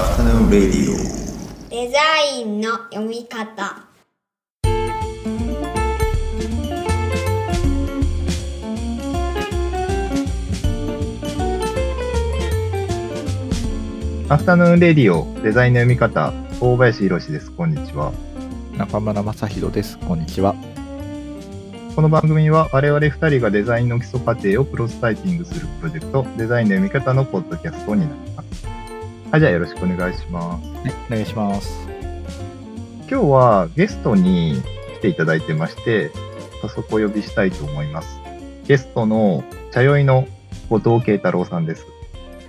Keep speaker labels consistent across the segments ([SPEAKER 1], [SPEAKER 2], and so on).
[SPEAKER 1] Afternoon Radio
[SPEAKER 2] デザインの読み方
[SPEAKER 3] アフタヌーンレディオデザインの読み方大林博史ですこんにちは
[SPEAKER 4] 中村正宏です。こんにちは。
[SPEAKER 3] この番組は我々2人がデザインの基礎過程をプロスタイティングするプロジェクトデザインの読み方のポッドキャストになりますはいじゃあよろしくお願いします
[SPEAKER 4] お願いします。
[SPEAKER 3] 今日はゲストに来ていただいてまして早速お呼びしたいと思いますゲストの茶酔いの後藤慶太郎さんです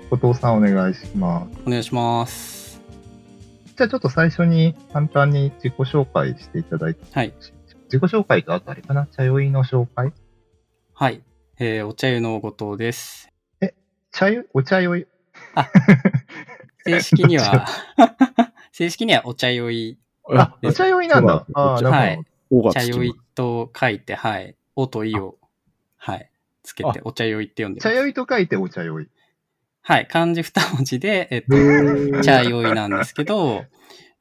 [SPEAKER 3] 後藤さんお願いします
[SPEAKER 5] お願いします。
[SPEAKER 3] じゃあちょっと最初に簡単に自己紹介していただいて
[SPEAKER 5] はい。
[SPEAKER 3] 自己紹介があとあれかな茶酔いの紹介
[SPEAKER 5] はい。えー、お茶湯の後藤です。
[SPEAKER 3] 茶酔いお茶酔い
[SPEAKER 5] 正式に
[SPEAKER 3] どっ
[SPEAKER 5] は、正式にはお茶酔い、
[SPEAKER 3] あ、
[SPEAKER 5] え
[SPEAKER 3] お茶酔いなんだ。
[SPEAKER 4] そうだ
[SPEAKER 3] ああ、
[SPEAKER 4] お茶
[SPEAKER 3] な
[SPEAKER 5] は
[SPEAKER 3] る
[SPEAKER 5] い
[SPEAKER 3] ほ。
[SPEAKER 4] 5
[SPEAKER 5] 茶
[SPEAKER 4] 月
[SPEAKER 5] 酔いと書いて、はい。おといを、はい。つけ
[SPEAKER 4] あ
[SPEAKER 5] て、お茶酔いって呼ん
[SPEAKER 3] ど。
[SPEAKER 5] で
[SPEAKER 3] 茶
[SPEAKER 5] ます。
[SPEAKER 3] 酔いと書いてお茶酔い。
[SPEAKER 5] はい。漢字二文字で、えっと、茶酔いなんですけど、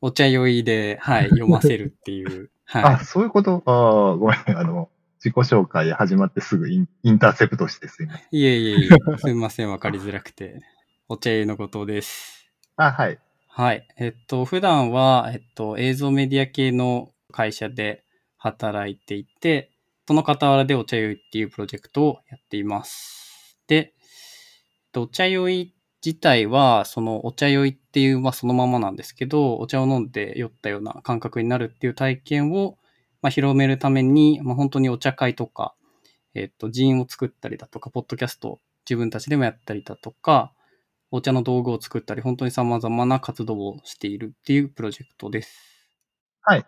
[SPEAKER 5] お茶酔いで、はい、読ませるっていう、はい
[SPEAKER 3] あ、。そういうことああ、ごめん。あの、自己紹介始まってすぐインインターセプトしてすいません。
[SPEAKER 5] いえいえいえ、すみません、わかりづらくて。お茶湯の後藤です。
[SPEAKER 3] あ、はい。
[SPEAKER 5] はい。えっと、普段は、えっと、映像メディア系の会社で働いていて、その傍らでお茶酔いっていうプロジェクトをやっています。で、えっとお茶酔い自体は、そのお茶酔いっていう、まあそのままなんですけど、お茶を飲んで酔ったような感覚になるっていう体験を、まあ、広めるために、まあ、本当にお茶会とか、えっと、人員を作ったりだとか、ポッドキャストを自分たちでもやったりだとか、お茶の道具を作ったり、本当に様々な活動をしているっていうプロジェクトです。
[SPEAKER 3] はい。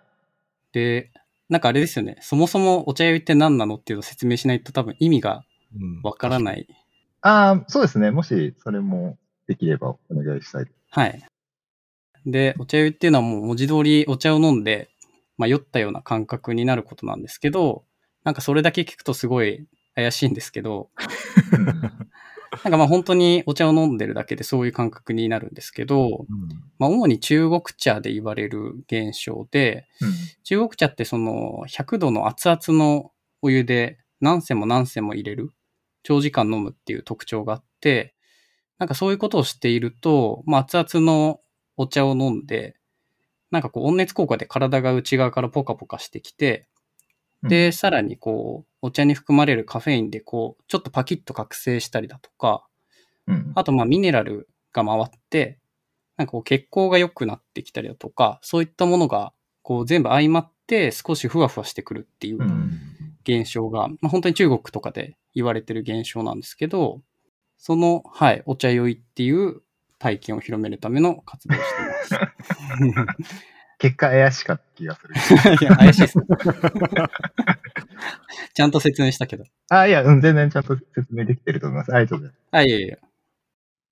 [SPEAKER 5] で、なんかあれですよね。そもそもお茶酔いって何なのっていうのを説明しないと多分意味が
[SPEAKER 4] うん
[SPEAKER 5] わからない。
[SPEAKER 3] ああ、そうですね。もし、それもできればお願いしたい。
[SPEAKER 5] はい。で、お茶酔いっていうのはもう文字通りお茶を飲んで、まあ、酔ったような感覚になることなんですけど、なんかそれだけ聞くとすごい怪しいんです けど、なんかまあ本当にお茶を飲んでるだけでそういう感覚になるんですけど、まあ主に中国茶で言われる現象で、
[SPEAKER 3] うん。
[SPEAKER 5] 中国茶ってその100度の熱々のお湯で何銭も何銭も入れる、長時間飲むっていう特徴があって、なんかそういうことをしていると、まあ熱々のお茶を飲んで、なんかこう温熱効果で体が内側からポカポカしてきて、で、さらにこう、お茶に含まれるカフェインでこう、ちょっとパキッと覚醒したりだとか、
[SPEAKER 3] うん。。
[SPEAKER 5] あと、まあ、ミネラルが回って、なんかこう、血行が良くなってきたりだとか、そういったものが、こう、全部相まって、少しふわふわしてくるっていううん現象が、まあ、本当に中国とかで言われてる現象なんですけど、その、はい、お茶酔いっていう体験を広めるための活動をしていま
[SPEAKER 3] 結果怪しかった気がする。
[SPEAKER 5] す。いや、怪しいです。ちゃんと説明したけど。
[SPEAKER 3] あいや、うん、全然ちゃんと説明できてると思います。ありがとうございます。
[SPEAKER 5] あ、いやいや。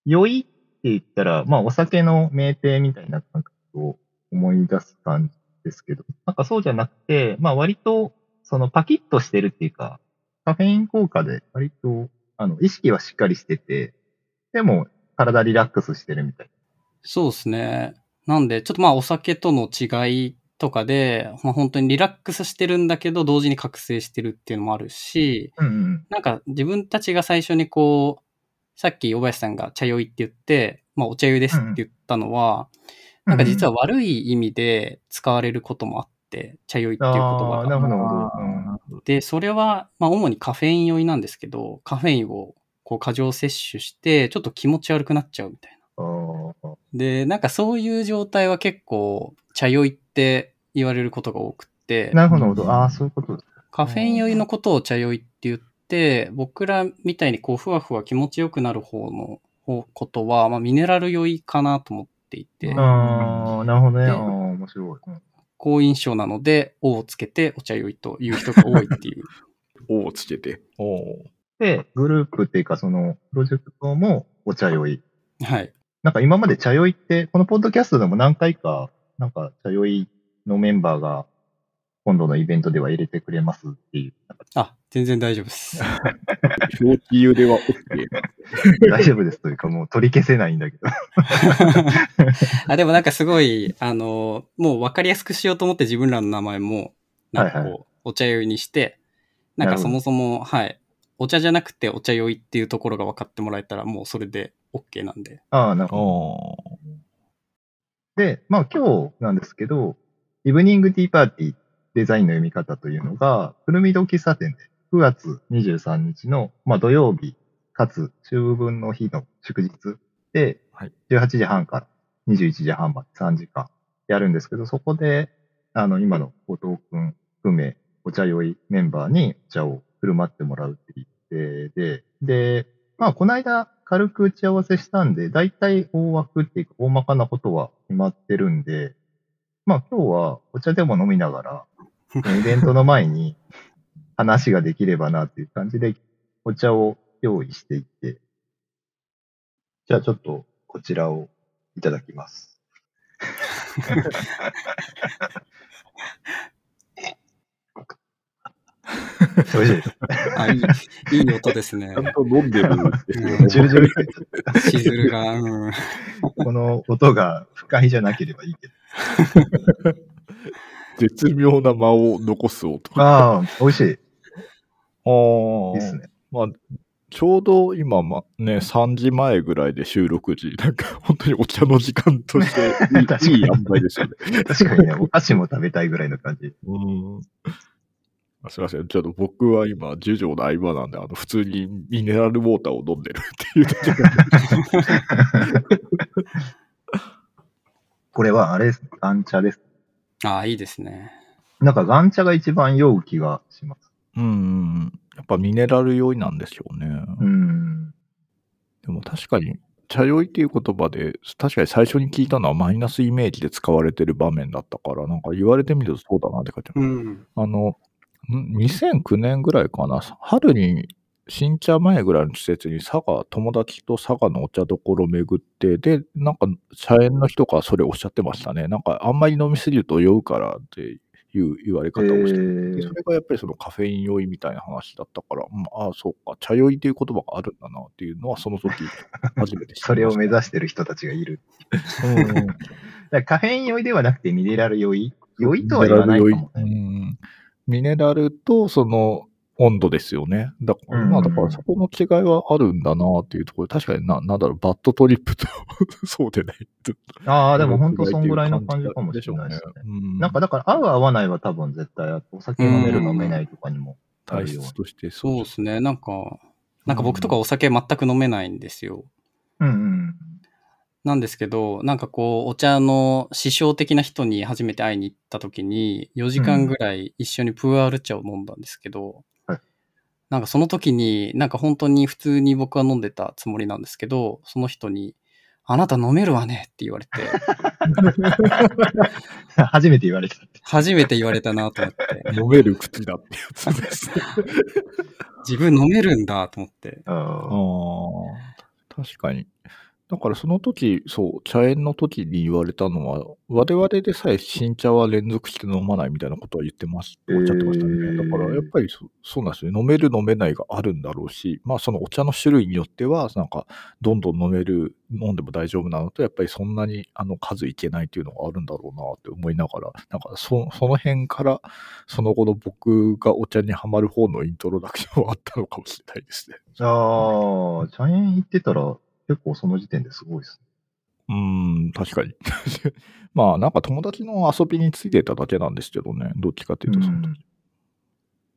[SPEAKER 3] 酔いって言ったら、まあ、お酒の酩酊みたいな感覚を思い出す感じですけど、なんかそうじゃなくて、まあ、割と、そのパキッとしてるっていうか、カフェイン効果で割と、あの、意識はしっかりしてて、でも、体リラックスしてるみたい
[SPEAKER 5] そうですね。なんで、ちょっとまあお酒との違いとかで、まあ、本当にリラックスしてるんだけど、同時に覚醒してるっていうのもあるし、
[SPEAKER 3] な。うんうん。
[SPEAKER 5] なんか自分たちが最初にこう、さっき小林さんが茶酔いって言って、まあお茶湯ですって言ったのは、なんか実は悪い意味で使われることもあって、茶酔いっていう言
[SPEAKER 3] あ
[SPEAKER 5] 葉
[SPEAKER 3] あ、な
[SPEAKER 5] が
[SPEAKER 3] る。ほど。
[SPEAKER 5] で、それは、まあ主にカフェイン酔いなんですけど、カフェインをこう過剰摂取して、ちょっと気持ち悪くなっちゃうみたいな。
[SPEAKER 3] うんあ
[SPEAKER 5] で、なんかそういう状態は結構、茶酔いって言われることが多くって
[SPEAKER 3] ー、なるほど。ああ、そういうことです。
[SPEAKER 5] カフェイン酔いのことを茶酔いって言って、僕らみたいにこう、ふわふわ気持ちよくなる方の方ことは、まあ、ミネラル酔いかなと思っていて、
[SPEAKER 4] うん
[SPEAKER 3] ああ、なるほどね。
[SPEAKER 5] で
[SPEAKER 3] ああ、面白い。うん
[SPEAKER 5] 好印象なので、おをつけてお茶酔いという人が多い っていう。
[SPEAKER 4] おをつけて。おお。
[SPEAKER 3] で、グループっていうか、その、プロジェクトもお茶酔い。
[SPEAKER 5] はい。
[SPEAKER 3] なんか今まで茶酔いって、このポッドキャストでも何回か、なんか茶酔いのメンバーが今度のイベントでは入れてくれますっていう、なんか
[SPEAKER 5] あ、全然大丈夫です。
[SPEAKER 4] 表記揺れは OK。
[SPEAKER 3] 大丈夫ですというか、もう取り消せないんだけど。
[SPEAKER 5] あでもなんかすごい、あの、もう分かりやすくしようと思って自分らの名前も、なんかこう、
[SPEAKER 3] はい
[SPEAKER 5] お茶酔いにして、なんかそもそも、はい、お茶じゃなくてお茶酔いっていうところが分かってもらえたら、もうそれで OK なんで。
[SPEAKER 3] ああ、なるほど。
[SPEAKER 4] お
[SPEAKER 3] で、まあ今日なんですけど、イブニングティーパーティーデザインの読み方というのが、くるみ堂喫茶店で9月23日の、まあ、土曜日、かつ秋分の日の祝日で
[SPEAKER 4] はい、
[SPEAKER 3] 18時半から21時半まで3時間やるんですけど、そこで、あの、今の後藤くん含め、お茶酔いメンバーにお茶を振る舞ってもらうっていうで、で、で、まあ、この間、軽く打ち合わせしたんで、大体大枠っていうか、大まかなことは決まってるんで、まあ、今日はお茶でも飲みながら、そのイベントの前に話ができればなっていう感じで、お茶を用意していって、じゃあちょっとこちらをいただきます。 美味しいです。
[SPEAKER 5] あいい、いい音ですね
[SPEAKER 4] ちゃ。んと飲んでるんですよ
[SPEAKER 5] うん
[SPEAKER 3] ジュルジュルって言っちゃっ
[SPEAKER 5] しずるが、うん。
[SPEAKER 3] たこの音が不快じゃなければいいけど。
[SPEAKER 4] 絶妙な間を残す音。
[SPEAKER 3] ああ、美味しい。い
[SPEAKER 4] お
[SPEAKER 3] いですね。
[SPEAKER 4] まあ、ちょうど今、ま、ね、3時前ぐらいで収録時、なんか本当にお茶の時間として
[SPEAKER 3] 確かに
[SPEAKER 4] いい、いい塩梅でしたね。
[SPEAKER 3] 確かにね、お菓子も食べたいぐらいの感じ。
[SPEAKER 4] うん。あすいません。ちょっと僕は今、十条の合間なんで、あの、普通にミネラルウォーターを飲んでるっていうだけなんで
[SPEAKER 3] これはあれですね、ガンチャです。
[SPEAKER 5] ああ、いいですね。
[SPEAKER 3] なんかガンチャが一番酔う気がします。
[SPEAKER 4] うんうん。やっぱミネラル酔いなんでしょうね。
[SPEAKER 3] うん。
[SPEAKER 4] でも確かに、茶酔いっていう言葉で、確かに最初に聞いたのはマイナスイメージで使われてる場面だったから、なんか言われてみるとそうだなって感じ。
[SPEAKER 5] うん。
[SPEAKER 4] あの、ん2009年ぐらいかな、春に新茶前ぐらいの施設に佐賀、友達と佐賀のお茶どころ巡って、で、なんか茶園の人がそれおっしゃってましたね。なんかあんまり飲みすぎると酔うからっていう言われ
[SPEAKER 3] え
[SPEAKER 4] 方をしてて、でそ
[SPEAKER 3] ー、
[SPEAKER 4] れがやっぱりそのカフェイン酔いみたいな話だったから、うん、ああ、そうか、茶酔いという言葉があるんだなっていうのは、その時、初めて知りました
[SPEAKER 3] それを目指してる人たちがいる。
[SPEAKER 4] うんうん
[SPEAKER 3] だからカフェイン酔いではなくてミネラル酔い酔いとは言わないかも
[SPEAKER 4] ミネラル
[SPEAKER 3] ね。
[SPEAKER 4] 酔いうんミネラルとその温度ですよね。だから、
[SPEAKER 3] うん
[SPEAKER 4] まあだからそこの違いはあるんだなっていうところで、確かにな、なんだろう、バッドトリップと、 そうでないと。
[SPEAKER 3] ああ、でも本当そんぐらいの感じかもしれないです
[SPEAKER 4] でょ
[SPEAKER 3] ね
[SPEAKER 4] う。うん、
[SPEAKER 3] なんかだから合う合わないは多分絶対あってお酒飲める飲めないとかにも。
[SPEAKER 4] 体質としてそ
[SPEAKER 5] そう
[SPEAKER 4] う
[SPEAKER 5] で。 すね。なんか、なんか僕とかお酒全く飲めないんですよ。
[SPEAKER 3] うんうん。
[SPEAKER 5] なんですけど、なんかこう、お茶の師匠的な人に初めて会いに行った時に、4時間ぐらい一緒にプーアール茶を飲んだんですけど、
[SPEAKER 3] はい
[SPEAKER 5] なんかその時に、なんか本当に普通に僕は飲んでたつもりなんですけど、その人に、あなた飲めるわねって言われて、
[SPEAKER 3] 初めて言われた。
[SPEAKER 5] 初めて言われたなと思って、
[SPEAKER 4] 飲める口だってやつですね。
[SPEAKER 5] 自分飲めるんだと思って。
[SPEAKER 3] あ
[SPEAKER 4] ああ、確かに。だからその時、そう、茶園の時に言われたのは、我々でさえ新茶は連続して飲まないみたいなことは言ってます、
[SPEAKER 3] へー
[SPEAKER 4] おっしゃってましたね。だからやっぱりそそうなんですよね。飲める飲めないがあるんだろうし、まあそのお茶の種類によっては、なんか、どんどん飲める、飲んでも大丈夫なのと、やっぱりそんなにあの数いけないっていうのがあるんだろうなって思いながら、なんかそその辺から、その後の僕がお茶にはまる方のイントロダクションはあったのかもしれないですね。
[SPEAKER 3] ああ、茶園行ってたら結構その時点ですごいです
[SPEAKER 4] うーん、確かに。 まあ、なんか友達の遊びについてただけなんですけどね、どっちかっていうと、その時
[SPEAKER 3] うん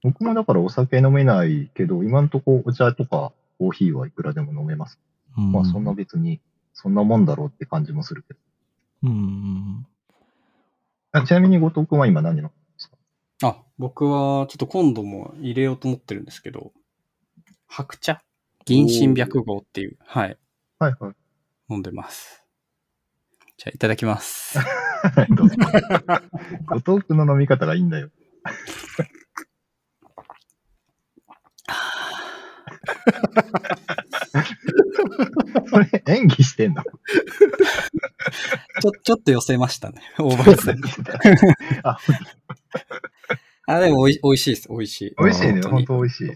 [SPEAKER 3] 僕もだからお酒飲めないけど、今んとこお茶とかコーヒーはいくらでも飲めます。
[SPEAKER 4] うん
[SPEAKER 3] まあそんな別に、そんなもんだろうって感じもするけど。
[SPEAKER 4] うん。
[SPEAKER 3] あちなみに後藤君は今何の
[SPEAKER 5] あ、僕はちょっと今度も入れようと思ってるんですけど、白茶銀針白号っていう、はい、
[SPEAKER 3] はいは
[SPEAKER 5] 飲んでます。じゃあいただきます。
[SPEAKER 3] い。どうぞ後藤君の飲み方がいいんだよ。それ演技してんの
[SPEAKER 5] ちょ、ちょっと寄せましたね。オーバーさん。
[SPEAKER 3] あ、
[SPEAKER 5] あ、でもおい、美味しいです。美味しい。
[SPEAKER 3] 美味しいね。
[SPEAKER 5] 本当
[SPEAKER 3] 本
[SPEAKER 5] に
[SPEAKER 3] 当美味しい。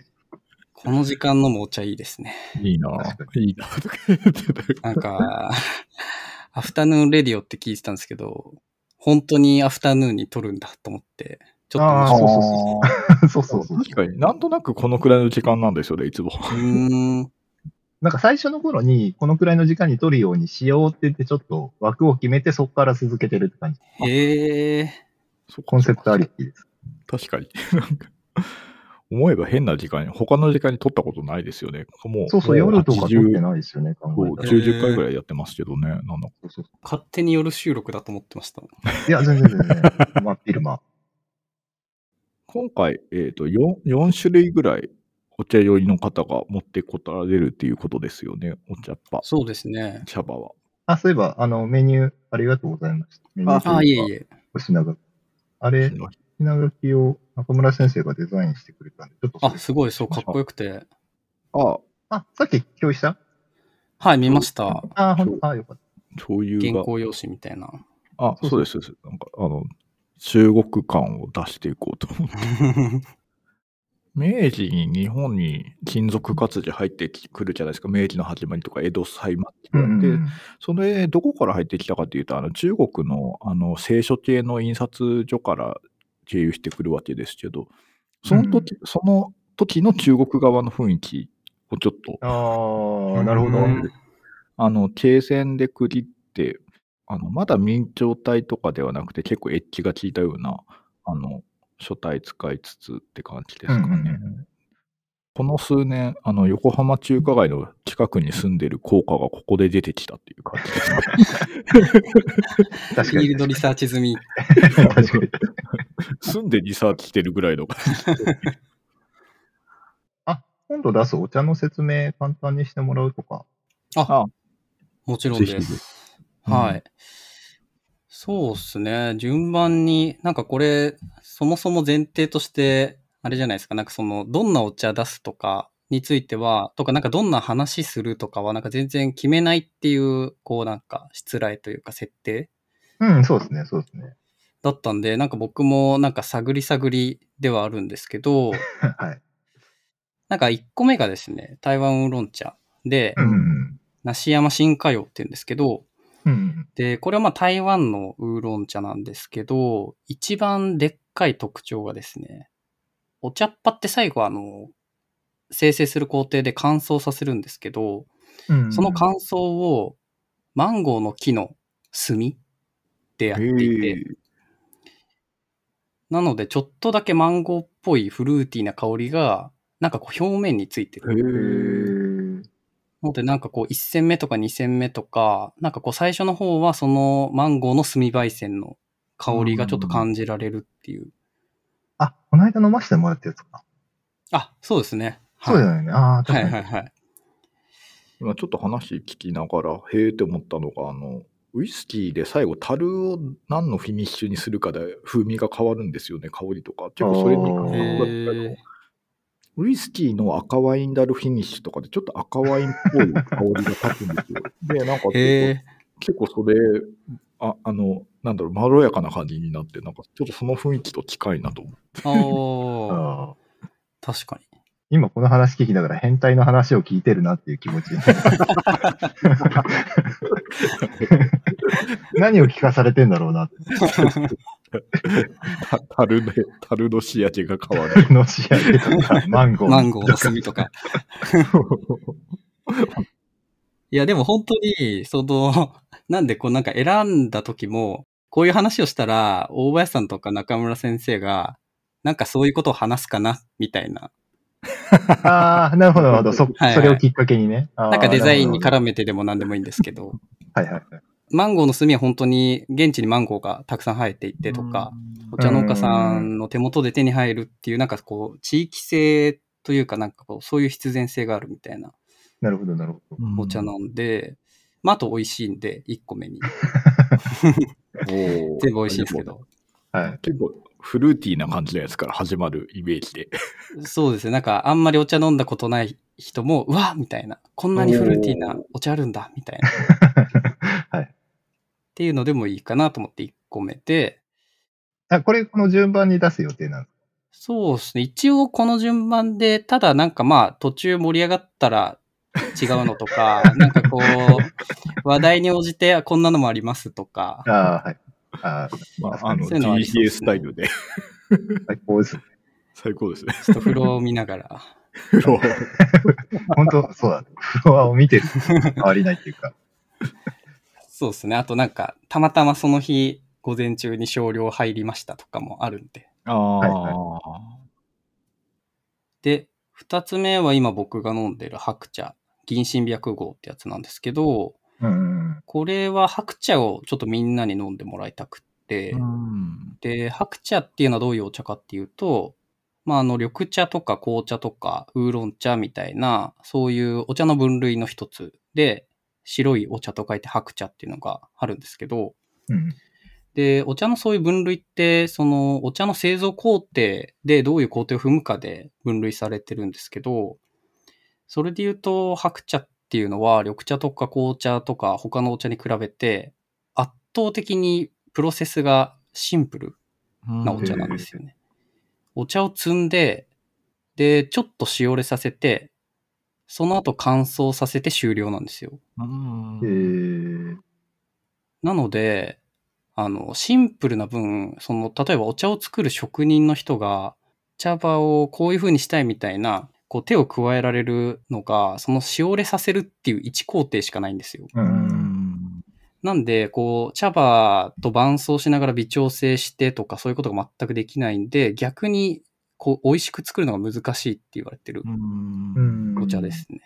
[SPEAKER 5] この時間のもお茶いいですね。
[SPEAKER 4] いいなぁ
[SPEAKER 3] 確
[SPEAKER 4] いいなぁとか言ってたけど
[SPEAKER 5] なんか、 アフタヌーンレディオって聞いてたんですけど、本当にアフタヌーンに撮るんだと思って、ちょっと面
[SPEAKER 3] あ
[SPEAKER 5] 白い
[SPEAKER 3] そうそ
[SPEAKER 4] そ
[SPEAKER 3] う そうそ
[SPEAKER 4] そ
[SPEAKER 3] ううそうう
[SPEAKER 4] 確かになんとなくこのくらいの時間なんですよね、いつも。
[SPEAKER 5] うーん。
[SPEAKER 3] なんか最初の頃に、このくらいの時間に取るようにしようって言って、ちょっと枠を決めて、そこから続けてるって感じ。
[SPEAKER 5] へえ。
[SPEAKER 3] コンセプトありきです。
[SPEAKER 4] 確かに。なんか思えば変な時間に、他の時間に撮ったことないですよね。もう、
[SPEAKER 3] そうそう、
[SPEAKER 4] も
[SPEAKER 3] 夜とか取って
[SPEAKER 4] 80
[SPEAKER 3] ないですよね、考
[SPEAKER 4] そう
[SPEAKER 3] えたら。
[SPEAKER 4] 90回ぐらいやってますけどね。なんだ
[SPEAKER 3] そうそうそ
[SPEAKER 5] 勝手に夜収録だと思ってました。
[SPEAKER 3] ういや、全然全然。まあ、昼間。
[SPEAKER 4] 今回、えっ、と4、4種類ぐらいお茶酔いの方が持ってこられるっていうことですよね。お茶っ葉、
[SPEAKER 5] そうですね。
[SPEAKER 4] 茶葉は。
[SPEAKER 3] あ、そういえば、あの、メニュー、ありがとうございました。メニューというか
[SPEAKER 5] あ、いえいえ。
[SPEAKER 3] お品書き。あれ、品書きを中村先生がデザインしてくれたんで、ちょっとそれ
[SPEAKER 5] あ、すごい、そう、かっこよくて。
[SPEAKER 4] ああ、
[SPEAKER 3] あ、さっき共有した
[SPEAKER 5] はい、見ました。
[SPEAKER 3] あ、ほんと、あ、よかっ
[SPEAKER 4] そうい
[SPEAKER 5] 原
[SPEAKER 4] うが。
[SPEAKER 5] 稿用紙みたいな。
[SPEAKER 4] あ、そうです。そうですなんか、あの、中国感を出していこうと思う。明治に日本に金属活字入ってくるじゃないですか。明治の始まりとか江戸最末って
[SPEAKER 3] た。
[SPEAKER 4] 言われて、
[SPEAKER 3] うん
[SPEAKER 4] それ、どこから入ってきたかというと、あの中国のあの聖書系の印刷所から経由してくるわけですけど、その時、その時の中国側の雰囲気をちょっと、
[SPEAKER 3] あー、なるほど。
[SPEAKER 5] うん
[SPEAKER 4] あの、経線で区切って、あの、まだ明朝体とかではなくて、結構エッジが効いたような、あの、書体使いつつって感じですかね。
[SPEAKER 3] うんうんう
[SPEAKER 4] この数年、あの、横浜中華街の近くに住んでる効果がここで出てきたっていう感じですね。
[SPEAKER 3] 確
[SPEAKER 5] フ
[SPEAKER 3] か
[SPEAKER 5] ィー
[SPEAKER 3] に
[SPEAKER 5] ルドリサーチ済み。
[SPEAKER 3] 確かに。
[SPEAKER 4] 住んでリサーチしてるぐらいの感じ。
[SPEAKER 3] 今度出すお茶の説明簡単にしてもらうとか。
[SPEAKER 5] もちろんで
[SPEAKER 4] ぜ
[SPEAKER 5] す。はい。そうっすね。順番に、なんかこれ、そもそも前提として、あれじゃないですか。なんかその、どんなお茶出すとかについては、とか、なんかどんな話するとかは、なんか全然決めないっていう、こうなんか、失礼というか設定
[SPEAKER 3] うん、そうですね、そうですね。
[SPEAKER 5] だったんで、なんか僕もなんか探り探りではあるんですけど、
[SPEAKER 3] はい。
[SPEAKER 5] なんか1個目がですね、台湾ウーロン茶で
[SPEAKER 3] う、ん。
[SPEAKER 5] 梨山新華葉って言うんですけど、
[SPEAKER 3] うん。
[SPEAKER 5] で、これはまあ台湾のウーロン茶なんですけど、一番でっかい特徴がですね、お茶っ葉って最後あの、生成する工程で乾燥させるんですけど、
[SPEAKER 3] うん
[SPEAKER 5] その乾燥をマンゴーの木の炭でやっていて、なのでちょっとだけマンゴーっぽいフルーティーな香りが、なんかこう表面についてる。
[SPEAKER 3] へ
[SPEAKER 4] へえ。
[SPEAKER 3] ー
[SPEAKER 5] なので、なんかこう、1戦目とか2戦目とか、なんかこう、最初の方は、そのマンゴーの炭焙煎の香りがちょっと感じられるっていう。
[SPEAKER 3] あ、この間飲ませてもらったやつか。
[SPEAKER 5] あ、そうですね。
[SPEAKER 3] そうじゃ
[SPEAKER 5] は
[SPEAKER 3] ないね。ああ、
[SPEAKER 5] い、
[SPEAKER 3] 確
[SPEAKER 5] はい、
[SPEAKER 3] かに。
[SPEAKER 5] はいはい。
[SPEAKER 4] 今ちょっと話聞きながら、へえって思ったのが、あの、ウイスキーで最後、樽を何のフィニッシュにするかで風味が変わるんですよね、香りとか。結構それに感
[SPEAKER 3] あ
[SPEAKER 4] 覚が近いか
[SPEAKER 5] へ
[SPEAKER 4] もウイスキーの赤ワインダルフィニッシュとかで、ちょっと赤ワインっぽい香りが立つんです よ。で、なんか
[SPEAKER 5] ーへ
[SPEAKER 4] 結構それ、ああの、なんだろう、まろやかな感じになって、なんかちょっとその雰囲気と近いなと思う。
[SPEAKER 5] ー。あ
[SPEAKER 3] あー
[SPEAKER 5] ー確かに。
[SPEAKER 3] 今この話聞きながら変態の話を聞いてるなっていう気持ち。 何を聞かされてんだろうなって。
[SPEAKER 4] た樽で、樽の仕上げが変わ る。
[SPEAKER 3] のし上げとか、マンゴー。
[SPEAKER 5] マンゴーの炭とか。いや、でも本当に、その、 なんでこうなんか選んだ時も、こういう話をしたら、大林さんとか中村先生が、なんかそういうことを話すかな、みたいな。
[SPEAKER 3] ああ、なるほど、なるほど。そ、
[SPEAKER 5] いはい
[SPEAKER 3] それをきっかけにね。あー
[SPEAKER 5] なんかデザインに
[SPEAKER 3] なる
[SPEAKER 5] 絡めてでも何でもいいんですけど。
[SPEAKER 3] ほどはいはい。
[SPEAKER 5] マンゴーの炭は本当に現地にマンゴーがたくさん生えていてとか、お茶農家さんの手元で手に入るっていう、なんかこう、地域性というか、なんかこう、そういう必然性があるみたいな
[SPEAKER 3] なるほど、なるほど。
[SPEAKER 4] うん、
[SPEAKER 5] お茶なんで、まあ、あと美味しいんで、1個目に。
[SPEAKER 4] 全
[SPEAKER 5] 全部美味しいんですけ。ど。
[SPEAKER 3] はい。
[SPEAKER 4] 結構フルーティーな感じのやつから始まるイメージで。
[SPEAKER 5] そうですね。なんか、あんまりお茶飲んだことない人も、うわみたいな。こんなにフルーティーなお茶あるんだみたいな。っ
[SPEAKER 3] はい。
[SPEAKER 5] ていうのでもいいかなと思って1個目で、
[SPEAKER 3] あ、これ、この順番に出す予定なんです
[SPEAKER 5] そうですね。一応この順番で、ただなんかまあ途中盛り上がったら違うのとか、なんかこう、話題に応じてあこんなのもありますとか、
[SPEAKER 3] ああ、はい。ああ、
[SPEAKER 4] まあ、あ
[SPEAKER 3] あ
[SPEAKER 4] の、
[SPEAKER 3] の、
[SPEAKER 5] そういうのはありそ
[SPEAKER 4] DCA
[SPEAKER 5] うです
[SPEAKER 4] ス
[SPEAKER 5] ね
[SPEAKER 4] タイルで、
[SPEAKER 3] 最高です。
[SPEAKER 4] 最高ですね。
[SPEAKER 5] ちょっとフローを見ながら。
[SPEAKER 4] フロ
[SPEAKER 3] 本当そうだね。フロアを見てる。変わりないっていうか。
[SPEAKER 5] そうですね。あとなんか、たまたまその日、午前中に少量入りましたとかもあるんで。
[SPEAKER 4] ああ、
[SPEAKER 3] はい
[SPEAKER 5] で、二つ目は今僕が飲んでる白茶、銀神白号ってやつなんですけど、
[SPEAKER 3] うんうんうん。
[SPEAKER 5] これは白茶をちょっとみんなに飲んでもらいたくって、
[SPEAKER 4] うん。
[SPEAKER 5] で、白茶っていうのはどういうお茶かっていうと、まあ、あの、緑茶とか紅茶とかウーロン茶みたいな、そういうお茶の分類の一つで、白いお茶と書いて白茶っていうのがあるんですけど、
[SPEAKER 3] うん
[SPEAKER 5] で、お茶のそういう分類って、そのお茶の製造工程でどういう工程を踏むかで分類されてるんですけど、それで言うと白茶っていうのは緑茶とか紅茶とか他のお茶に比べて圧倒的にプロセスがシンプルなお茶なんですよね。お茶を摘んで、で、ちょっとしおれさせて、その後乾燥させて終了なんですよ。
[SPEAKER 4] うん。
[SPEAKER 3] えー、
[SPEAKER 5] なので、あの、シンプルな分、その、例えばお茶を作る職人の人が、茶葉をこういう風にしたいみたいな、こう手を加えられるのが、そのしおれさせるっていう一工程しかないんですよ。
[SPEAKER 3] う。
[SPEAKER 4] うんん。
[SPEAKER 5] なんで、こう、茶葉と伴奏しながら微調整してとか、そういうことが全くできないんで、逆に、こう、美味しく作るのが難しいって言われてる
[SPEAKER 4] うん
[SPEAKER 3] うん
[SPEAKER 5] お茶で。すね。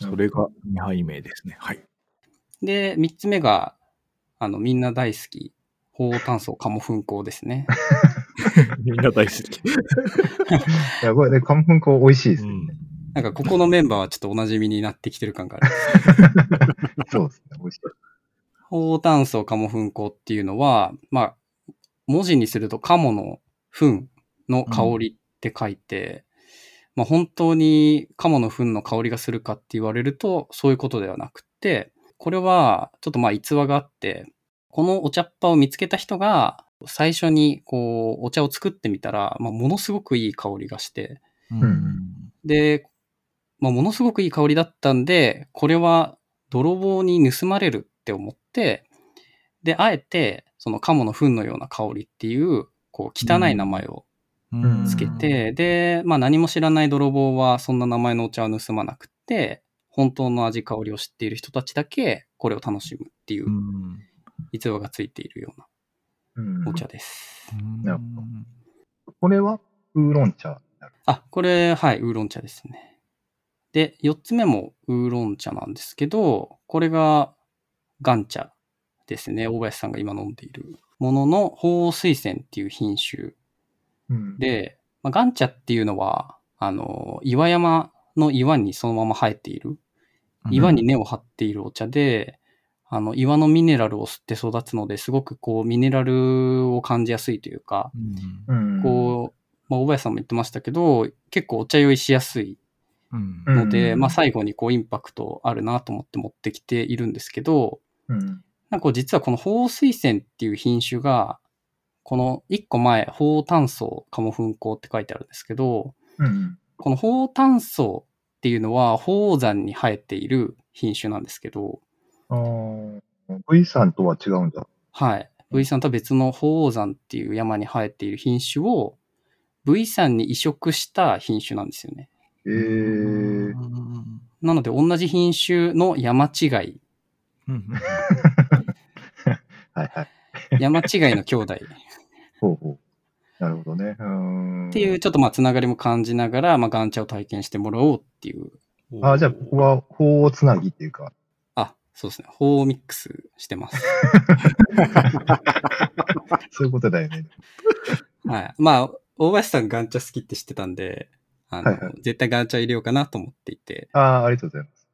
[SPEAKER 4] それが2杯目ですね。はい。
[SPEAKER 5] で、三つ目が、あの、みんな大好き、高炭素カモ粉香ですね。
[SPEAKER 4] みんな大好き。
[SPEAKER 3] いや、これね、漢粉粉美味しいですね。
[SPEAKER 5] なんかここのメンバーはちょっとおなじみになってきてる感がある。
[SPEAKER 3] そうですね、美味しい。
[SPEAKER 5] 高炭素カモ粉香っていうのは、まあ、文字にするとカモの糞の香りって書いて、まあ本当にカモの糞の香りがするかって言われると、そういうことではなくって、これはちょっとまあ逸話があって、このお茶っ葉を見つけた人が、最初にこう、お茶を作ってみたら、まあものすごくいい香りがして、
[SPEAKER 4] うん。、
[SPEAKER 5] で、まあ、ものすごくいい香りだったんで、これは泥棒に盗まれるって思って、で、あえて、そのカモの糞のような香りっていう、こう、汚い名前を
[SPEAKER 3] ん
[SPEAKER 5] つけて、で、まあ、何も知らない泥棒は、そんな名前のお茶を盗まなくって、本当の味香りを知っている人たちだけ、これを楽しむっていううん逸話がついているよう
[SPEAKER 3] うん
[SPEAKER 5] なお茶です。
[SPEAKER 4] うん。
[SPEAKER 3] なるこれは、ウーロン茶になる。
[SPEAKER 5] あ、これ、はい、ウーロン茶ですね。で、四つ目もウーロン茶なんですけど、これがガン茶ですね。大林さんが今飲んでいるものの、鳳凰水仙っていう品種
[SPEAKER 3] うん、
[SPEAKER 5] で、まあ、ガン茶っていうのは、あの、岩山の岩にそのまま生えている、岩に根を張っているお茶で、あの、岩のミネラルを吸って育つので、すごくこう、ミネラルを感じやすいというか、
[SPEAKER 4] うん。
[SPEAKER 3] うん、
[SPEAKER 5] こう、まあ、大林さんも言ってましたけど、結構お茶酔いしやすい
[SPEAKER 4] うん。
[SPEAKER 3] うん
[SPEAKER 5] ので、まあ、最後にこうインパクトあるなと思って持ってきているんですけど、
[SPEAKER 3] うん。
[SPEAKER 5] なんかこう実はこの鳳凰水仙っていう品種が、この1個前、鳳凰炭素カモ粉香って書いてあるんですけど、
[SPEAKER 3] うん。
[SPEAKER 5] この鳳凰炭素っていうのは鳳凰山に生えている品種なんですけど、
[SPEAKER 3] あー V さんとは違うんだ。
[SPEAKER 5] はい。V さんとは別の鳳凰山っていう山に生えている品種を V さんに移植した品種なんですよね。
[SPEAKER 3] えー、
[SPEAKER 5] なので同じ品種の山違い、
[SPEAKER 3] はいはい。
[SPEAKER 5] 山違いの兄弟。
[SPEAKER 3] ほうほう。なるほどね。うーん。
[SPEAKER 5] っていう、。ちょっとまあ、つながりも感じながら、まあ、ガンチャを体験してもらおうっていう。
[SPEAKER 3] あーじゃあ、ここは、法をつなぎっていうか。
[SPEAKER 5] あ、そうですね。法をミックスし てます。
[SPEAKER 3] そういうことだよね。
[SPEAKER 5] はい。まあ、大林さんガンチャ好きって知ってたんで、あの、
[SPEAKER 3] はいは
[SPEAKER 5] 絶対ガンチャ入れようかなと思っていて、
[SPEAKER 3] ああ、ありがとうございます。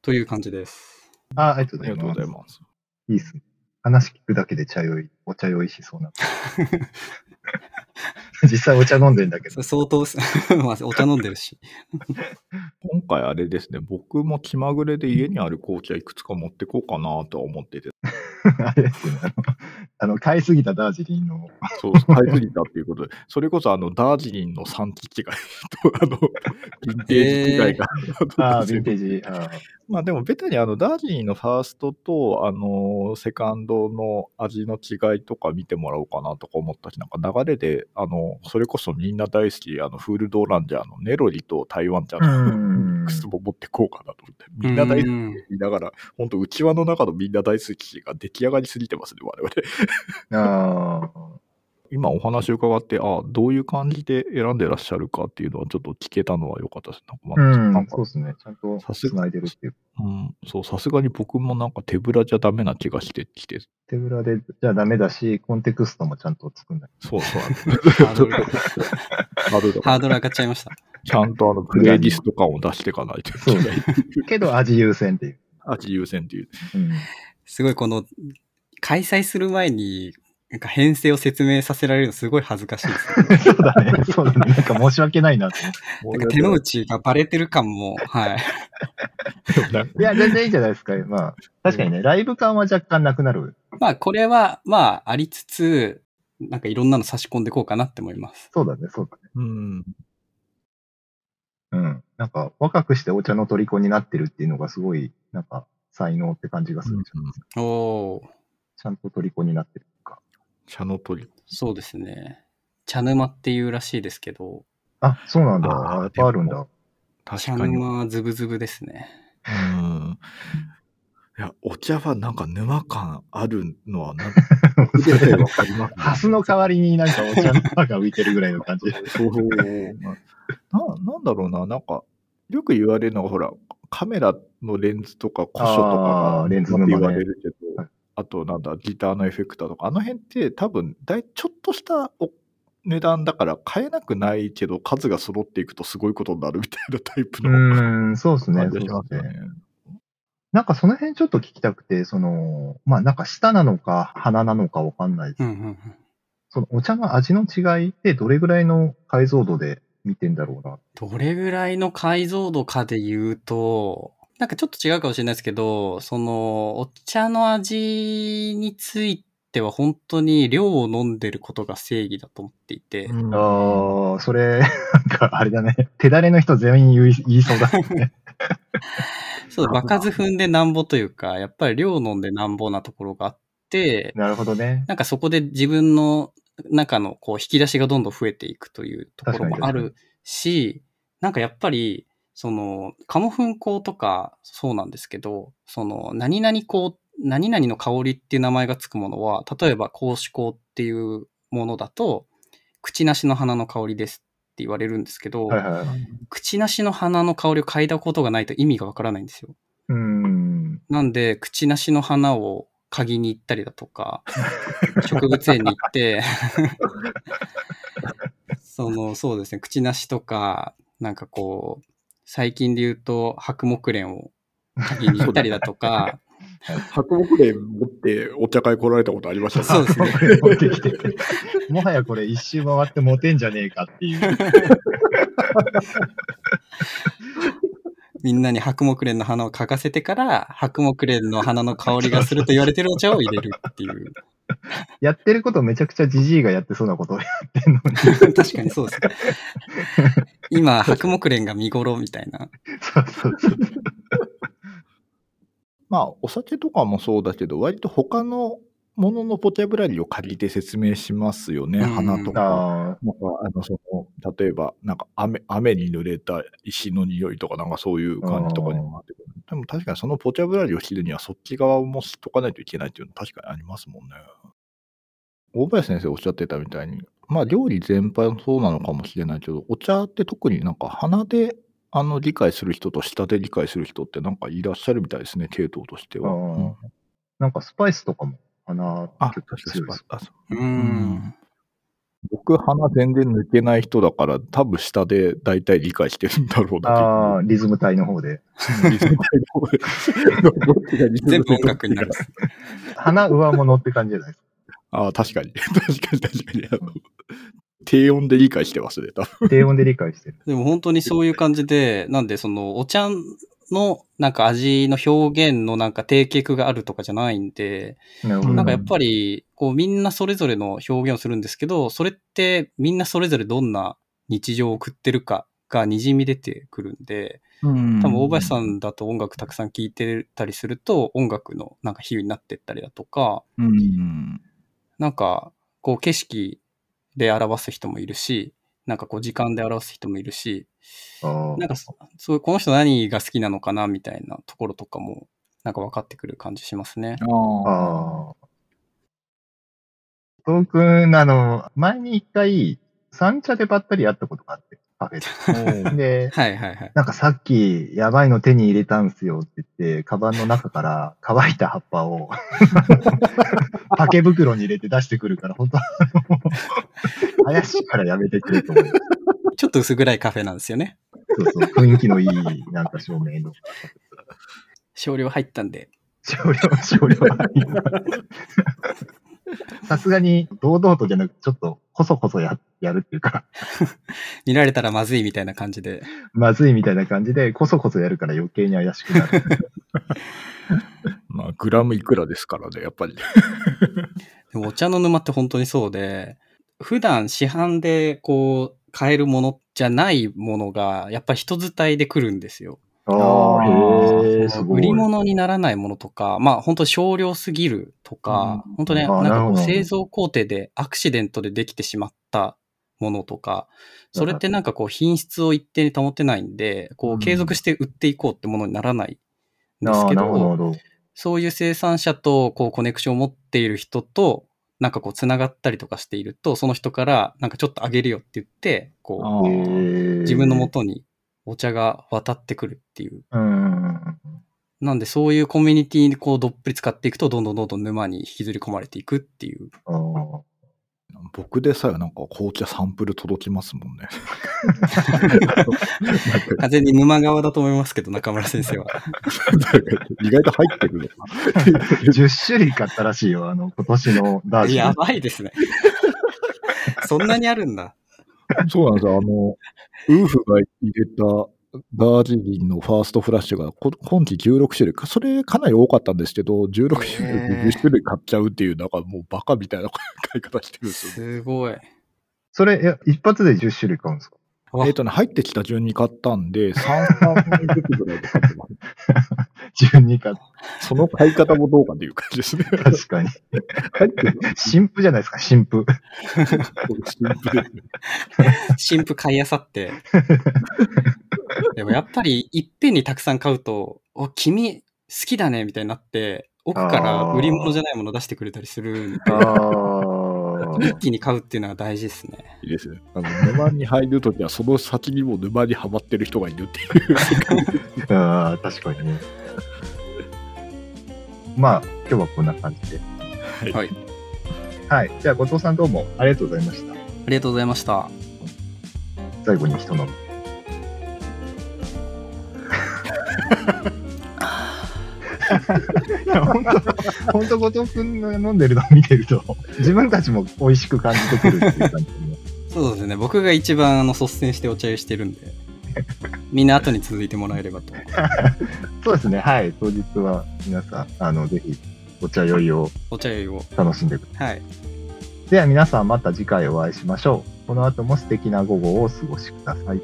[SPEAKER 5] という感じです。
[SPEAKER 3] ああ、ありがとう
[SPEAKER 4] あ
[SPEAKER 3] ご
[SPEAKER 4] り
[SPEAKER 3] ざ
[SPEAKER 4] がと
[SPEAKER 3] います。
[SPEAKER 4] うございます。
[SPEAKER 3] いいっすね。話聞くだけで茶酔い、お茶酔いし そうな。実際お茶飲んでんだけ
[SPEAKER 5] そ
[SPEAKER 3] ど
[SPEAKER 5] れ。相当 す、まあ、お茶飲んでるし。
[SPEAKER 4] 今回あれですね、僕も気まぐ れで家にある紅茶いくつか持ってこうかなとは思ってて、
[SPEAKER 3] あれですよね。あのあの、買いすぎたダージリンの、
[SPEAKER 4] そう、買いすぎたっていうことで、それこそあの、ダージリンの産地違いと、あ の、ヴィンテージ違いが、
[SPEAKER 3] ああ、ヴィンテージ、あ
[SPEAKER 4] まあでも、ベタにあの、ダージリンのファーストと、あの、セカンドの味の違いとか見てもらおうかなとか思ったし、なんか流れで、あの、それこそみんな大好き、あの、フールドーランジャーのネロリと台湾茶
[SPEAKER 3] あ
[SPEAKER 4] のミッ
[SPEAKER 3] ん
[SPEAKER 4] クスも持ってこうかなと思って、みんな大好き見ながら、本当うちわの中のみんな大好きが出来上がりすぎてますね、我々。
[SPEAKER 3] あ
[SPEAKER 4] 今お話伺って、あどういう感じで選んでらっしゃるかっていうのはちょっと聞けたのは良かったです。なんか
[SPEAKER 3] あ、
[SPEAKER 4] まあ
[SPEAKER 3] う
[SPEAKER 4] なん
[SPEAKER 3] ん、
[SPEAKER 4] か
[SPEAKER 3] そうですね。ちゃんと繋いでるっていう。
[SPEAKER 4] うん、そう、さすがに僕もなんか手ぶらじゃダメな気がしてきて、
[SPEAKER 3] 手ぶらでじゃダメだし、コンテクストもちゃんと作んない。
[SPEAKER 4] そうそう。
[SPEAKER 5] ハードルが
[SPEAKER 4] ハードル
[SPEAKER 5] ハー
[SPEAKER 4] が
[SPEAKER 5] ドル上がっちゃいました。
[SPEAKER 4] ちゃんとあのプレイリスト感を出していかないといけない。
[SPEAKER 3] けど味優先っていう。
[SPEAKER 4] 味優先っていう。
[SPEAKER 3] うん、
[SPEAKER 5] すごいこの、開催する前に、なんか編成を説明させられるのすごい恥ずかし いです、ね。
[SPEAKER 3] そうだね。そうだね。なんか申し訳ないなって。
[SPEAKER 5] なんか手の内がバレてる感も、はい。
[SPEAKER 4] なんか
[SPEAKER 3] いや、全然いいじゃないですか。まあ、確かにね、ライブ感は若干なくなる。
[SPEAKER 5] まあこれは、まあありつつ、なんかいろんなの差し込んでいこうかなって思います。
[SPEAKER 3] そうだね、そうだね。
[SPEAKER 4] うん。
[SPEAKER 3] うん。なんか、若くしてお茶の虜になってるっていうのがすごい、なんか、才能って感じがするじゃないですか。
[SPEAKER 5] おおー
[SPEAKER 3] ちゃんと虜になってるとか。
[SPEAKER 4] 茶の鳥。
[SPEAKER 5] そうですね。茶沼っていうらしいですけど、
[SPEAKER 3] あ、そうなんだ。
[SPEAKER 4] あー
[SPEAKER 3] やっぱあるんだ。
[SPEAKER 5] 茶
[SPEAKER 4] 確かに。うん。
[SPEAKER 5] 沼ズブズブですね。
[SPEAKER 4] いや、お茶はなんか沼感あるのは、なんか、
[SPEAKER 3] それ
[SPEAKER 4] わかりますね
[SPEAKER 3] ハスの代わりになんかお茶の葉が浮いてるぐらいの感じ。
[SPEAKER 4] そうな。なんだろうな、なんか、よく言われるのが、ほら、カメラのレンズとか、古書とか
[SPEAKER 3] あ
[SPEAKER 4] が
[SPEAKER 3] ーレンズ沼ね
[SPEAKER 4] 言われるけど、
[SPEAKER 3] はい
[SPEAKER 4] あと、なんだ、ギターのエフェクターとか、あの辺って多分、だいちょっとしたお値段だから、買えなくないけど、数が揃っていくとすごいことになるみたいなタイプ
[SPEAKER 3] う
[SPEAKER 4] の
[SPEAKER 3] ーん、そうですね。
[SPEAKER 4] 感じがします
[SPEAKER 3] そう
[SPEAKER 4] よ
[SPEAKER 3] っすね
[SPEAKER 4] ね。
[SPEAKER 3] なんかその辺ちょっと聞きたくて、その、まあなんか舌なのか鼻なのかわかんないです。
[SPEAKER 5] うんうんうん。
[SPEAKER 3] そのお茶の味の違いってどれぐらいの解像度で見てんだろうな。
[SPEAKER 5] どれぐらいの解像度かで言うと、なんかちょっと違うかもしれないですけど、その、お茶の味については本当に量を飲んでることが正義だと思っていて、
[SPEAKER 4] うん
[SPEAKER 3] ああ、それ、なんかあれだね。手だれの人全員言い言いそうだね。
[SPEAKER 5] そう、場数踏んでなんぼというか、やっぱり量飲んでなんぼなところがあっ て、
[SPEAKER 3] なるほどね。
[SPEAKER 5] なんかそこで自分の中のこう引き出しがどんどん増えていくというところもあ
[SPEAKER 3] 確
[SPEAKER 5] るし、なんかやっぱり、その、カモフン香とかそうなんですけど、その、何々香、何々の香りっていう名前がつくものは、例えば香子香っていうものだと、口なしの花の香りですって言われるんですけど、
[SPEAKER 3] はいはいはい。
[SPEAKER 5] 口なしの花の香りを嗅いだことがないと意味がわからないんですよ。
[SPEAKER 3] うーん。
[SPEAKER 5] なんで、口なしの花を嗅ぎに行ったりだとか、植物園に行って、その、そうですね、口なしとか、なんかこう、最近で言うと、白木蓮を嗅ぎに行ったりだとか、
[SPEAKER 4] 白木蓮持ってお茶会来られたことありました
[SPEAKER 5] そうですね
[SPEAKER 3] これ持ってきててもはやこれ一周回ってモテんじゃねえかっていう。
[SPEAKER 5] みんなに白木蓮の花を嗅がせてから、白木蓮の花の香りがすると言われてるお茶を入れるっていう。
[SPEAKER 3] やってることめちゃくちゃジジイがやってそうなことをやってんのに。
[SPEAKER 5] 確かに そうですね。今、白木蓮が見頃みたいな。
[SPEAKER 3] そうそうそう。
[SPEAKER 4] まあ、お酒とかもそうだけど、割と他のもののポテブラリを借りて説明しますよね、
[SPEAKER 5] うん
[SPEAKER 4] 花とか。
[SPEAKER 3] あ
[SPEAKER 4] なんかあのその例えば、なんか雨雨に濡れた石の匂いとか、なんかそういう感じとかにもなってくる。でも確かにそのポチャブラリを切るには、そっち側も知っとかないといけないっていうのは確かにありますもんね。大林先生おっしゃってたみたいに、まあ料理全般もそうなのかもしれないけど、お茶って特になんか鼻であの理解する人と舌で理解する人ってなんかいらっしゃるみたいですね、系統として
[SPEAKER 3] あ。あ
[SPEAKER 4] は。うん
[SPEAKER 3] ーなんかスパイスとかも鼻
[SPEAKER 4] あ、確
[SPEAKER 3] 結構
[SPEAKER 4] か
[SPEAKER 3] 強いです。
[SPEAKER 4] に。
[SPEAKER 5] う
[SPEAKER 4] うん
[SPEAKER 5] ん。
[SPEAKER 4] 僕、鼻全然抜けない人だから、多分下で大体理解してるんだろう
[SPEAKER 3] あ
[SPEAKER 4] な
[SPEAKER 3] あ、リズム体の方で。
[SPEAKER 4] っていう。リズム体の方でどっち がリズム
[SPEAKER 5] 全部音楽になる。
[SPEAKER 3] 鼻上物って感じじゃないです
[SPEAKER 4] ああ、確かに。確かに、確かに。あの低音で理解してますね、多分。
[SPEAKER 3] か。低音で理解してる。
[SPEAKER 5] でも本当にそういう感じで、なんでそのお茶のなんか味の表現のなんか定型があるとかじゃないんで、
[SPEAKER 3] なるほど
[SPEAKER 5] なんかやっぱりこうみんなそれぞれの表現をするんですけど、それってみんなそれぞれどんな日常を送ってるかが滲み出てくるんで、
[SPEAKER 4] うん
[SPEAKER 5] 多分大林さんだと音楽たくさん聴いてたりすると音楽のなんか比喩になってったりだとか、
[SPEAKER 4] うん。
[SPEAKER 5] なんか、こう景色で表す人もいるし、なんかこう時間で表す人もいるし、
[SPEAKER 3] あー
[SPEAKER 5] なんかそそういう、この人何が好きなのかなみたいなところとかも、なんか分かってくる感じしますね。
[SPEAKER 4] ああ。
[SPEAKER 3] ああ。トーくん、あの、前に一回、三茶でばったり会ったことがあって、カフェで。で、
[SPEAKER 5] はいはいはい。
[SPEAKER 3] なんかさっき、やばいの手に入れたんすよって言って、カバンの中から乾いた葉っぱ を、竹袋に入れて出してくるから、本当あの怪しいからやめてくれと思う。
[SPEAKER 5] ちょっと薄暗いカフェなんですよね。
[SPEAKER 3] そうそう、雰囲気のいい、なんか照明の。
[SPEAKER 5] 少量入ったんで。
[SPEAKER 3] 少量、少量はいい。 さすがに、堂々とじゃなくて、ちょっと、こそこそややるっていうか、
[SPEAKER 5] 見られたらまずいみたいな感じで。
[SPEAKER 3] まずいみたいな感じで、こそこそやるから余計に怪しくな る。
[SPEAKER 4] まあ、グラムいくらですからね、やっぱり。
[SPEAKER 5] でもお茶の沼って本当にそうで、普段市販でこう、買えるものじゃないものが、やっぱり人伝いで来るんですよ。
[SPEAKER 4] あー
[SPEAKER 3] へ
[SPEAKER 5] その売り物にならないものとか、まあ本当少量すぎるとか、
[SPEAKER 4] うん
[SPEAKER 5] 本当ね、
[SPEAKER 3] あー
[SPEAKER 5] なんかこ
[SPEAKER 3] なるほ
[SPEAKER 5] う
[SPEAKER 3] ど
[SPEAKER 5] 製造工程でアクシデントでできてしまったものとか、それってなんかこう品質を一定に保てないんで、こ
[SPEAKER 4] うん
[SPEAKER 5] う継続して売っていこうってものにならないんで
[SPEAKER 3] あ
[SPEAKER 5] す
[SPEAKER 3] あ、
[SPEAKER 5] け
[SPEAKER 3] なるほど、な
[SPEAKER 5] ど、
[SPEAKER 3] るほど。
[SPEAKER 5] そういう生産者とこうコネクションを持っている人と、なんかこう繋がったりとかしていると、その人からなんかちょっとあげるよって言って、こ
[SPEAKER 4] あ
[SPEAKER 3] へ
[SPEAKER 4] ー
[SPEAKER 5] う
[SPEAKER 3] ー
[SPEAKER 5] 自分の元にお茶が渡ってくるっていう
[SPEAKER 3] うん。
[SPEAKER 5] なんで、そういうコミュニティにこう、どっぷり使っていくと、どんどんどんどん沼に引きずり込まれていくっていう。
[SPEAKER 3] あー
[SPEAKER 4] 僕でさえなんか紅茶サンプル届きますもん ね。
[SPEAKER 5] 完全に沼側だと思いますけど、中村先生は。
[SPEAKER 4] 意外と入ってるの かな。
[SPEAKER 3] 10種類買ったらしいよ、あの、今年のダージ
[SPEAKER 5] や
[SPEAKER 3] ン。
[SPEAKER 5] ばいですね。 そんなにあるんだ。
[SPEAKER 4] そうなんですよ。あの、ウーフが入れたダージリンのファーストフラッシュがこ今季16種類か、それかなり多かったんですけど、16種類
[SPEAKER 5] へー
[SPEAKER 4] で20種類買っちゃうっていう、なんかもうバカみたいな買い方してるん ですよね。
[SPEAKER 5] すごい。
[SPEAKER 3] それ、え一発で10種類買うんですか
[SPEAKER 5] わ
[SPEAKER 4] えっ、とね、入ってきた順に買ったんで、3、3ずつぐらいで買ってま
[SPEAKER 3] ?12 買っ
[SPEAKER 4] す。その買い方もどうかっていう感じですね。
[SPEAKER 3] た。確 かに。
[SPEAKER 4] 入ってる
[SPEAKER 3] 新婦じゃないですか、新婦。
[SPEAKER 4] シンプルですね
[SPEAKER 5] 新婦買いあさって。でもやっぱり、いっぺんにたくさん買うと、お、君、好きだね、みたいになって、奥から売り物じゃないもの出してくれたりするんで、
[SPEAKER 3] あ
[SPEAKER 5] 一気に買うっていうのは大事ですね。
[SPEAKER 4] いいですね。あの沼に入るときは、その先にも沼にはまってる人がいるっていう。
[SPEAKER 3] ーあー、確かにね。まあ、今日はこんな感じで。
[SPEAKER 5] はい。
[SPEAKER 3] はい。じゃあ、後藤さんどうもありがとうございました。
[SPEAKER 5] ありがとうございました。
[SPEAKER 3] 最後に人の。いや 本当、本当、後藤君の飲んでるのを見てると、自分たちも美味しく感じてくるっていう感じでね。
[SPEAKER 5] そうですね。僕が一番あの率先してお茶をしてるんで、みんな後に続いてもらえればと。
[SPEAKER 3] そうですね、はい、当日は皆さん、あの、ぜひ、お茶酔いを
[SPEAKER 5] お茶酔いを。
[SPEAKER 3] 楽しんでくださ
[SPEAKER 5] はい。
[SPEAKER 3] い。では皆さんまた次回お会いしましょう。この後も素敵な午後をお過ごしください。